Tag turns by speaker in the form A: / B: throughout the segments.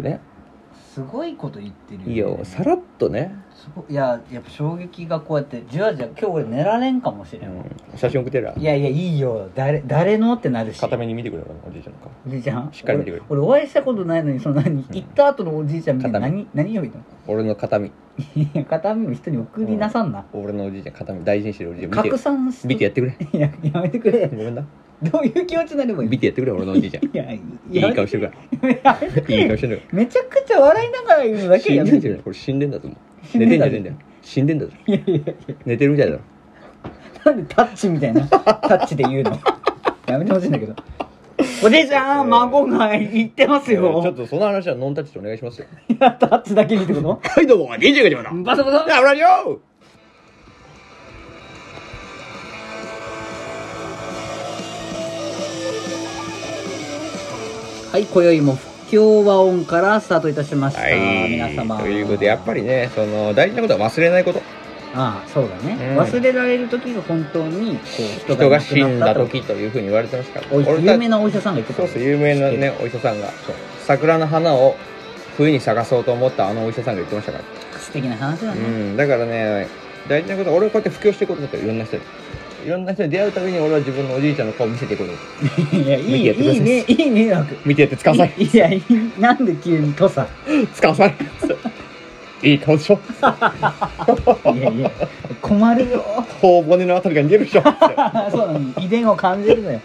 A: ね
B: すごいこと言ってる
A: いや
B: よね、
A: さらっとね、
B: すごいいややっぱ衝撃がこうやってじわじわ今日俺寝られんかもし
A: う
B: れん、わ
A: ん、写真送ってりゃ
B: いやいやいいよ誰誰のってなるし
A: 片目に見てくれよおじいちゃんか
B: おじいちゃん
A: しっかり見てくれ
B: 俺俺お会いしたことないのにその何行った後のおじいちゃんみたいな
A: 片
B: 何何呼びの
A: 俺の片身
B: いや片身の人に送りなさんな、
A: 俺のおじいちゃん片身大事にしてるおじいちゃん見て
B: 拡散して
A: 見てやってくれ
B: いややめてくれ
A: ごめんな
B: どういう気持ちになればいい
A: 見 てやってくれ俺のおじいちゃん
B: いやい
A: いい顔してるか
B: やめてく
A: らいい顔
B: れ
A: してるか
B: めちゃくちゃ笑いながら言う
A: ら
B: だけ
A: 死
B: や
A: ん
B: め
A: でん
B: て
A: じゃねえこれ死んでんだと思
B: 死
A: うん寝
B: で
A: て
B: ん
A: んじゃねえんだ
B: だと思う
A: よ死んでんだぞ
B: いやいやいや
A: 寝てるみたいだろ
B: なんでタッチみたいなタッチで言う のやめてほしいんだけどおじいちゃん孫が言ってます
A: ちょっ
B: よ
A: とその話はノンタッチでお願いしますよ
B: いやタッチだけにってこと
A: はいどうも DJ がジムだ
B: バサバサ
A: ラブラジオ
B: はい今宵も不協和音からスタートいたしました、
A: はい
B: 皆様
A: ということでやっぱりねその大事なことは忘れないこと
B: ああそうだね、
A: うん
B: 忘れられる時が本当にこう
A: 人が死んだ
B: 亡くなった
A: 時というふうに言われてますから
B: おい
A: た
B: 有名なお医者さんが言ってた
A: そうそう有名なねお医者さんが桜の花を冬に探そうと思ったあのお医者さんが言ってましたから
B: 素敵な話だ
A: う
B: ね、
A: ん、だからね大事なことは俺をこうやって布教していこうと思ったよいろんな人にいろんな人に出会うたびに俺は自分のおじいちゃんの顔を見せていこうと思っ
B: いやい
A: 見
B: い
A: てやってくだ
B: い
A: さい
B: いねいい迷惑
A: た見てやってつかさい
B: いやいいなんで急に土佐
A: つかさいいい顔でしょ
B: いやいや困るよ
A: 頬骨のあたりが逃げるで しょ
B: そうなの遺伝を感じる のよ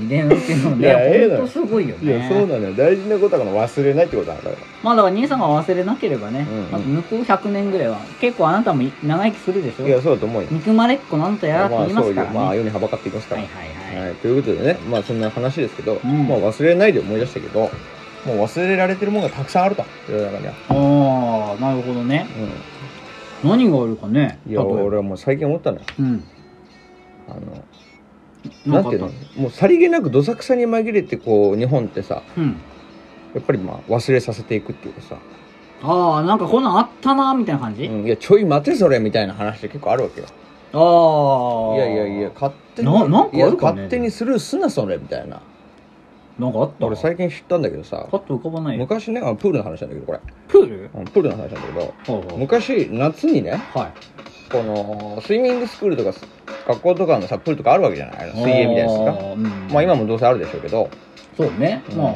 B: 遺伝っていうのも
A: いやえ
B: ね
A: えの
B: ほ
A: よ
B: んとすごいよ
A: いやそう
B: ね
A: なのよ大事なことはこの忘れないってことだから
B: まあだから兄さんが忘れなければね、
A: うんうん
B: まあ向こう100年ぐらいは結構あなたも長生きするでしょ
A: いやそうだと思うよ
B: 憎まれっ子なんとやらって
A: まあ
B: 言いま
A: そうい
B: す
A: う
B: からね、
A: まあ
B: はい
A: 世にはばかっていきますか
B: は
A: ら
B: いはい、
A: はい、ということでね、まあそんな話ですけど、
B: うん
A: まあ忘れないで思い出したけど、もう忘れられてるものがたくさんあると、世の中には。
B: ああなるほどね
A: う
B: 何があるかね
A: ん。いや、
B: 例えば
A: 俺はもう最近思ったのよ。
B: うん
A: あの、なん
B: な
A: ん
B: か
A: て
B: あ
A: い
B: っ
A: う
B: た
A: のもうさりげなくどさくさに紛れてこう、日本ってさ、
B: うん
A: やっぱりまあ忘れさせていくっていうかさ、
B: ああなんかこんなんあったなみたいな感じ、
A: うん、いや、ちょい待てそれみたいな話って結構あるわけよ。
B: ああ
A: いやいやいや、勝手に、
B: ななんかあるかね
A: いや勝手にスルーすなそれみたいな。
B: なんかあった
A: 俺最近知ったんだけどさ
B: パ、ッと浮かばないよ
A: 昔ね、あのプールの話なんだけど、これ。
B: プール
A: あのプールの話なんだけど、
B: は
A: 昔夏にね、
B: いはい
A: このスイミングスクールとかす学校とかのさプールとかあるわけじゃないあの水泳みたいなやつか
B: あーうん
A: まあ今もどうせあるでしょうけど
B: そうね
A: うん
B: まあ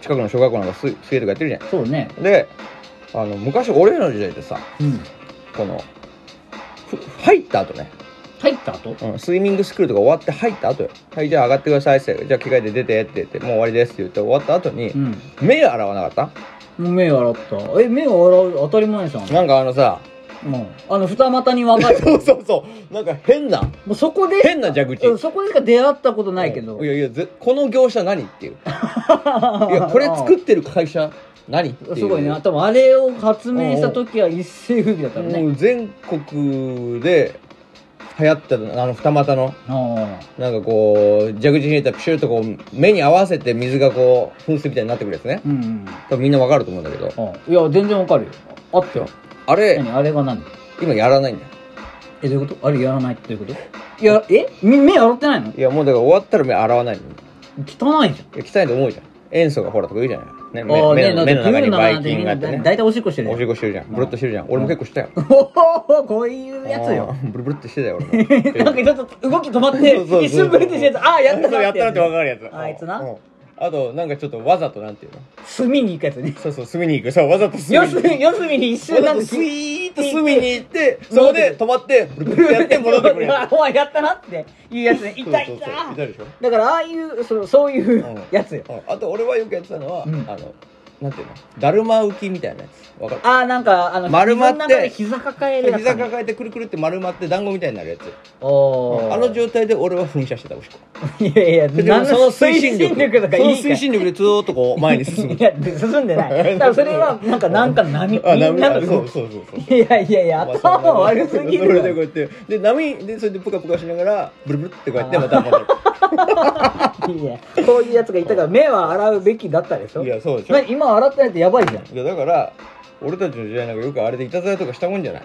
A: 近くの小学校なんか水水泳とかやってるじゃ
B: そうね
A: んであの昔俺らの時代ってさ
B: うん
A: このふ入った後ね、
B: 入った後
A: うん、スイミングスクールとか終わって入った後よはいじゃあ上がってくださいってじゃあ着替えて出てって言ってもう終わりですって言って終わった後に
B: うん
A: 目洗わなかっ
B: もう目洗ったえ目を洗う当たり前じゃん
A: たなんかあのさ
B: うんあの二股に分かれて
A: そうそうそうなんか変な
B: もうそこで
A: 変な蛇口
B: うんそこでしか出会ったことないけど
A: うんいやいやぜこの業者何っていうい やこれ作ってる会社何っていう
B: すごいね多分あれを発明した時は一世風靡だったの
A: も
B: ね
A: う全国で流行ったあの二股の
B: あ
A: なんかこう蛇口に入れたらピシュッとこう目に合わせて水がこう噴水みたいになってくるやつね
B: あうんうん
A: 多分みんなわかると思うんだけど
B: あいや全然わかるよあったよ
A: あれ
B: 何あれが何
A: 今やらないんだよ
B: えどういうことあれやらないってどういうこといやえみ目洗ってないの
A: いやもうだから終わったら目洗わないのい
B: 汚いじゃん
A: や汚いと思うじゃん塩素がほらとか言うじゃないね
B: あー
A: 目目の
B: ね
A: 目の中にば
B: なん
A: い
B: て
A: 菌があって
B: みんな
A: ね
B: 大体おしっこしてる
A: おしっ
B: こ
A: こしてるじゃんブルッとしてるじゃん俺も結構したよ
B: お おこういうやつよ
A: あー ブルブルってしてたよ俺も
B: なんかちょっと動き止まっ
A: そ
B: て
A: うそうそう
B: 一瞬ブレてしてるやつああやっ
A: そ
B: た
A: う
B: な
A: やったなって分
B: る
A: かるやつ
B: あいつな
A: うんあとなんかちょっとわざとなんていうの
B: 隅に行くやつね
A: そうそう隅に行くそうわざと隅
B: 四
A: に行く
B: 隅四隅に一
A: わ
B: 瞬な
A: ざ
B: ん
A: と
B: か
A: スイーッと隅に行って
B: 戻
A: そ
B: っ
A: こ
B: てくる
A: で止まってブルブルやって戻ってくるや
B: お前やったなっていうやつね
A: つ
B: 痛い
A: そうそ
B: 痛
A: うそうい
B: い
A: たでしょ
B: だからああいうそのそういう
A: うん
B: やつよ
A: うんあと俺はよくやってたのはあ
B: うん
A: のなんていうのだるま浮きみたいなやつわかる
B: ああなんかあの
A: 丸まって
B: 水の中で膝抱えるやつ
A: 膝抱えてくるくるって丸まって団子みたいになるやつ
B: お
A: うん
B: ー
A: あの状態で俺は噴射してたおしっこ
B: いやいや
A: でも
B: 何
A: その推進力
B: とか
A: その
B: いいから
A: 推進力でずーっとこう前に進む
B: いや進ん でない多分それはなんかなんかの波
A: あ
B: みんな
A: 涙そ
B: の
A: うそうそうそう
B: いやいやいや
A: まあ
B: 頭悪すぎ
A: それで
B: る
A: こうやってで波でそれでプカプカしながらブルブルってこうやってまた戻る
B: いやこういうやつがいたから目は洗うべきだったでし ょ
A: いやそうでしょ
B: まあ今洗ってないとやばいじゃん
A: いやだから俺たちの時代なんかよくあれでいたずらとかしたもんじゃない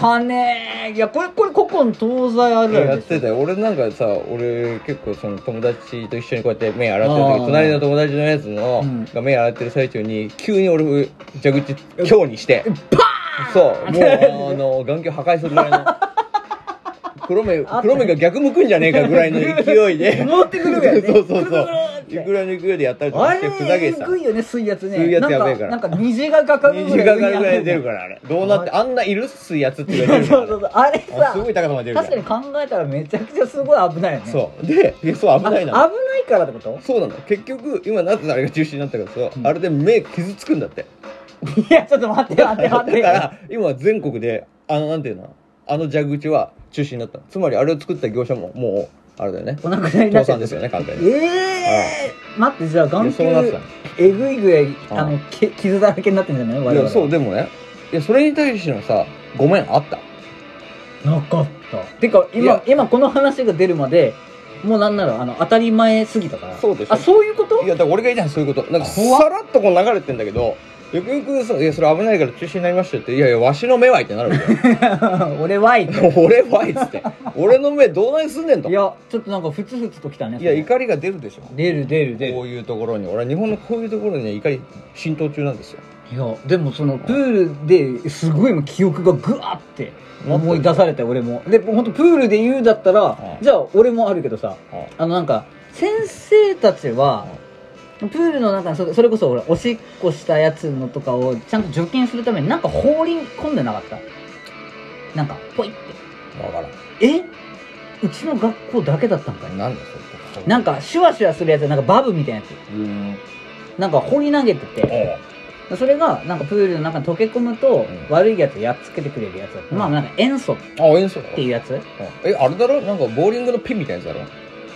B: 汚ねえいやこれこれ古今東西あるあ
A: やっ
B: るでしょ
A: てたよ俺なんかさ俺結構その友達と一緒にこうやって目洗ってる
B: あー
A: 時隣の友達のやつの、
B: うん
A: が目洗ってる最中に急に俺蛇口強にしてそうもうあの眼球破壊するぐらいの黒目黒目が逆向くんじゃねえかぐらいの勢いで
B: 持ってくるやね
A: そうそう
B: くるく
A: そう
B: るくる
A: いくらの勢いでやったりと
B: あ
A: かして
B: れ
A: ふざけ
B: え
A: てた
B: ぐいよね水圧ね
A: 水圧やべえから
B: なんかなんか虹がかかる
A: 虹がかかるぐらい出る
B: か
A: からあれどうなってあんないるっすやつって言わ
B: そ
A: れ
B: う
A: てるから
B: そうそうあれ
A: あ
B: さ
A: すごい高さまで出るから
B: 確かに考えたらめちゃくちゃすごい危ないよね
A: そうでいやそう危ないな
B: あ危ないからってこと
A: そうなの結局今なぜあれが中止になったかというと、あれで目傷つくんだって
B: いやちょっと待って待って
A: だか
B: 待って
A: ら今全国であのなんていうのあの蛇口は中止になったのつまりあれを作った業者ももうあれだよね
B: お亡くなりに
A: 倒
B: なっちゃ
A: 産
B: っ
A: ですよね簡単に
B: ええー、待ってじゃあ眼
A: いや
B: 球
A: そうなってた
B: えぐいぐらいあ
A: う
B: の
A: ん
B: け傷だらけになってんじゃない我
A: のい
B: 々
A: やそうでもねいやそれに対してのさごめんあった
B: なかったてか
A: い
B: 今
A: や
B: 今この話が出るまでもうなんならあの当たり前すぎたから
A: そうでしょ
B: あそういうこと
A: いやだから俺が言いたいのはそういうことなんか
B: 怖っ
A: さらっとこう流れてんだけどよくよくさ「いやそれ危ないから中止になりましたよ」って「いやいやわしの目はい」ってなるわけ
B: 俺はいって
A: よ 俺はいっつって俺の目どうないすんねんと
B: いやちょっとなんかふつふつときたね
A: いや怒りが出るでしょ
B: 出る出る出
A: こ
B: る
A: ういうところに俺は日本のこういうところに怒り浸透中なんですよ
B: いやでもそのプールですごいもう記憶がグワって思い出されて俺もで本当プールで言うだったら
A: うん
B: じゃあ俺もあるけどさあのなんか先生たちはプールの中にそれそれこそほらおしっこしたやつのとかをちゃんと除菌するためになんか放り込んでなかったなんかポイって
A: だから
B: えうちの学校だけだったんかい
A: んなんだそれ
B: なんかシュワシュワするやつなんかバブみたいなやつ
A: うーん
B: なんか放り投げてて
A: え
B: それがなんかプールの中に溶け込むと
A: ん
B: 悪いやつをやっつけてくれるやつだっ
A: う
B: た、
A: ん
B: まあなんか塩素っ
A: えあ演奏だ
B: ていうやつ
A: えあれだろなんかボーリングのピンみたいなやつだ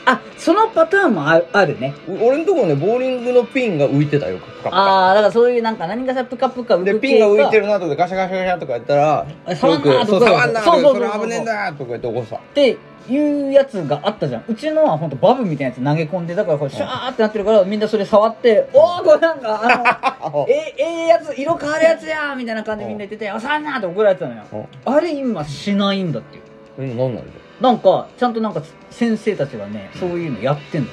B: あそのパターンもああるね
A: ろう俺のところねボーリングのピンが浮いてたよプカプカ
B: ああだからそういうなんか何かさプカプカ浮
A: で
B: く
A: ピン
B: 系
A: が
B: か
A: 浮いてるなとかガシャガシャガシャとかやったら
B: あ触んなー
A: そう
B: とか
A: 触んなーと
B: そう
A: か
B: そう
A: そ
B: そうそう
A: れ危ねえんだーとか言って起こした
B: っていうやつがあったじゃんうちのは本当バブみたいなやつ投げ込んでだからこれシャーってなってるからみんなそれ触って「おおこれなんかあ のえええやつ色変わるやつや!」みたいな感じでみんな言ってて「あ触んな!」って怒られてたのよあれ今しないんだっていう
A: 今何なんだよ
B: なんかちゃんとなんか先生たちがねそういうのやってんだ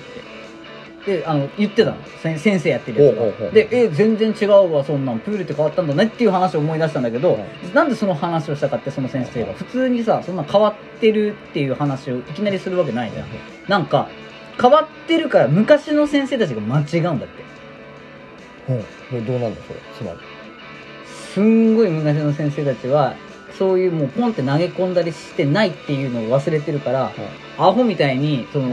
B: ってであの言ってたの先先生やってるやつ
A: おうおうお
B: が
A: う
B: で「え全然違うわそんなんプールって変わったんだね」っていう話を思い出したんだけど、なんでその話をしたかってその先生が普通にさそんなん変わってるっていう話をいきなりするわけないじゃんなんか変わってるから昔の先生たちが間違うんだって
A: うんどうなんだそれつまり
B: すんごい昔の先生たちはそういうもうポンって投げ込んだりしてないっていうのを忘れてるから、アホみたいにその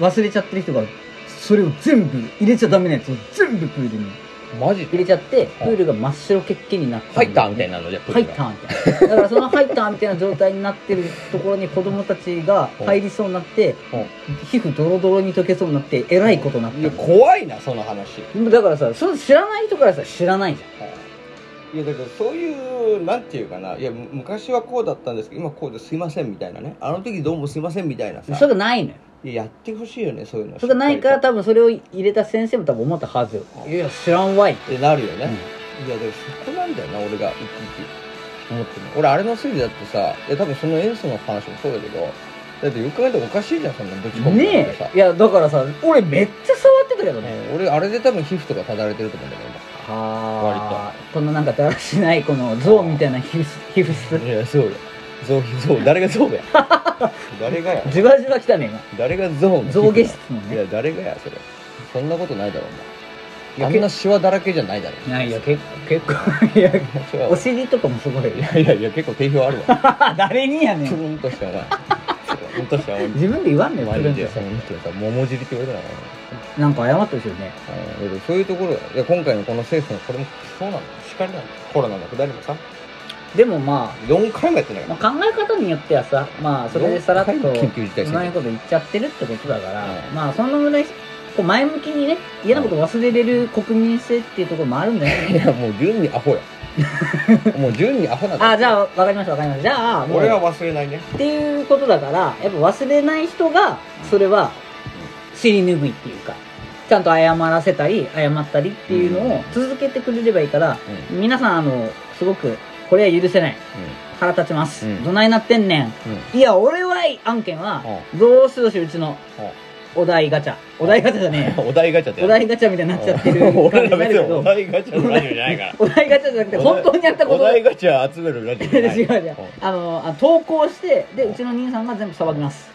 B: 忘れちゃってる人がそれを全部入れちゃダメなやつを全部プールに
A: マジ
B: 入れ
A: で
B: ちゃってプールが真っ白けっけになって
A: 入ったみたいなのじゃあプー
B: 入
A: ル
B: っ
A: が
B: たみたいなだからその入ったみたいな状態になってるところに子供たちが入りそうになって皮膚ドロドロに溶けそうになってえらいことになっ
A: いや
B: た
A: 怖いなその話
B: だからさその知らない人からさ知らないじゃん
A: いやだからそういうなんていうかないやむ昔はこうだったんですけど今こうですいませんみたいなねあの時どうもすいませんみたいなさ
B: それがないのよ
A: いややってほしいよねそういうの
B: それがないから
A: しっか
B: 多分それを入れた先生も多分思ったはずよいや知らんわいって
A: りとってなるよね、いやだからそこなんだよな俺がいちいち思ってるの俺あれのせいでだってさいや多分その演奏の話もそうだけどだってよく考えたらおかしいじゃんそんなぶち込むなんて
B: ね
A: さ
B: えいやだからさ俺めっちゃ触ってたけどね
A: うん俺あれで多分皮膚とかただれてると思うんだけど
B: はあこのなんかだらしないこの象みたいな皮膚皮膚質
A: いやそうよゾウゾウ誰がゾ ウや誰がや
B: じわじわきたね
A: 誰がゾウの
B: 今
A: 皮膚
B: 象牙質の
A: い
B: ね
A: や誰がやそれそんなことないだろう
B: いや
A: なあんなシワだらけじゃないだろ
B: いやいや結結構いや
A: シワ
B: お尻とかも すごいよ
A: いやいやいや結構定評あるわ
B: 誰にやね
A: プ
B: ん
A: ルンとしたよなプルンとしたよ
B: 自分で言わんねん
A: マ
B: プル
A: ジ
B: ンと
A: で
B: した
A: 本当にさ桃尻って言われたのか
B: なんか謝ってほしいよね
A: なうんいやでもそういうところいや今回のこの政府のこれもそうなんだしかりなんだコロナのくだりもさ
B: でもま
A: 4回もやってんだ
B: あ
A: か
B: ま
A: ら
B: あ考え方によってはさまあそれでさらっと
A: 四回も緊急事態
B: う
A: 宣
B: まい
A: 言
B: こと言っちゃってるってことだから
A: うん
B: まあそのぐらいこう前向きにね嫌なこと忘れれる国民性っていうところもあるんだよ
A: い
B: ね
A: やもう順にア ホやもう順にアホなんだ
B: あじゃあわかりましたわかりましたじゃあもう
A: 俺は忘れないね
B: っていうことだからやっぱ忘れない人がそれは尻拭いっていうかちゃんと謝らせたり謝ったりっていうのを続けてくれればいいから、皆さんあのすごくこれは許せない腹立ちます、
A: うん
B: どないなってんねん
A: うんうん
B: いや俺はい案件は
A: う
B: どうしどしうちのお題ガチャお題ガチャじゃねえよ
A: お題ガチャって
B: お題ガチャみたいになっちゃってる感じに
A: 俺ら
B: なる
A: 別
B: け
A: にお
B: ど
A: 題ガチャのラジオじゃないから
B: お題ガチャじゃなくて
A: お題
B: 本当にやったこ
A: お
B: と
A: 題ガチャ集めるラジオ じゃない
B: 違う違うあのあ投稿してでうちの兄さんが全部さばきます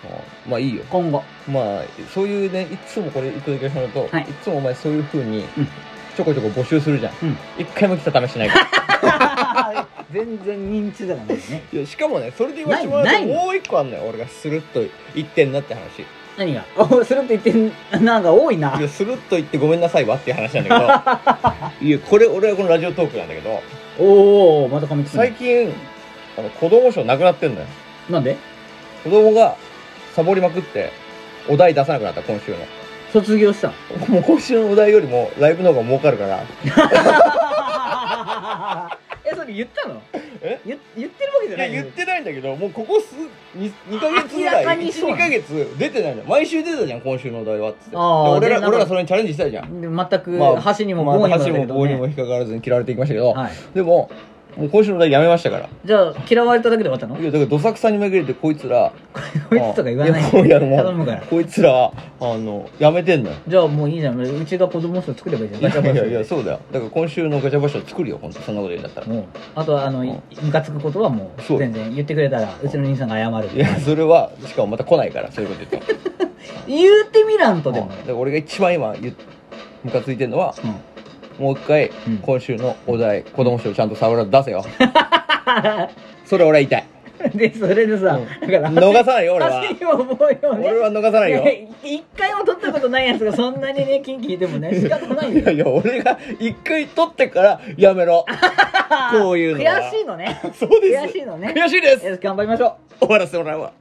A: うんまあいいよ
B: 今後
A: まあそういうねいつもこれ一個だけ話すと、
B: はい
A: い、つもお前そういうふうに
B: うん
A: ちょこちょこ募集するじゃん
B: うん
A: 一、回も来た試しないから
B: 全然認知だからね
A: いやしかもねそれで言わせてもら
B: な
A: う
B: い
A: と
B: ないの
A: もう一個あんのよ俺がスルッと言ってんなって話
B: 何がおスルッと言ってんなんか多いない
A: やスルッと言ってごめんなさいわっていう話なんだ けどいやこれ俺はこのラジオトークなんだけど
B: おおまた髪切
A: 最
B: る
A: 近、あの子供賞なくなってんのよ
B: なんで
A: 子供がサボりまくってお題出さなくなった今週の
B: 卒 業したの
A: もう今週のお題よりもライブの方が儲かるから
B: えそれ言ったの
A: え
B: 言言ってるわけじゃ
A: い
B: な
A: や言
B: い
A: ってないんだけどもうここ数 2, 2ヶ月ぐ
B: 明ら
A: ら
B: か
A: い
B: にそう
A: 12ヶ月出てないの毎週出てたじゃん今週のお題はっつってで
B: あー
A: 俺
B: でなん
A: ら
B: か
A: 俺らそれにチャレンジしたじゃん
B: で全く
A: まあ
B: 箸にも
A: まあ
B: 棒にもだ
A: 箸
B: け
A: も
B: ど
A: 棒にも
B: ね
A: 引っかからずに切られていきましたけど、
B: はい
A: でももう今週のお題やめましたから
B: じゃあ嫌われただけで終わったの
A: いやだからどさくさに紛れてこいつら
B: こいつとか言わない
A: やこうやるもん
B: 頼むから
A: こいつらあのやめてんのよ
B: じゃあもういいじゃんうちが子供賞作ればいいじゃん
A: いや
B: ガチャバ
A: い
B: チ
A: やいや
B: ャ
A: そうだよだから今週のガチャバショ作るよ本当そんなこと言うんだったら
B: もうあとはあの
A: うん
B: ムカつくことはも
A: そうう
B: 全然言ってくれたらうちの兄さんが謝る
A: いやそれはしかもまた来ないからそういうこと言っても
B: 言うてみらんとで
A: うん
B: も
A: だから俺が一番今言っムカついてるのは
B: うん
A: もう一回
B: うん
A: 今週のお題、子供賞ちゃんと触らず出せよそれ俺は言いたい
B: でそれでさ、
A: うん
B: だから
A: 逃さないよ俺は
B: 走りを思うようね
A: 俺は逃さないよ
B: いや一回も取ったことないやつがそんなにねキンキ聞いてもね仕方ない
A: いや
B: よ
A: いや俺が一回取ってからやめろこういうのは
B: 悔しいのね
A: そうです
B: 悔しいのね
A: 悔しいです
B: よし頑張りましょう
A: 終わらせてもらうわ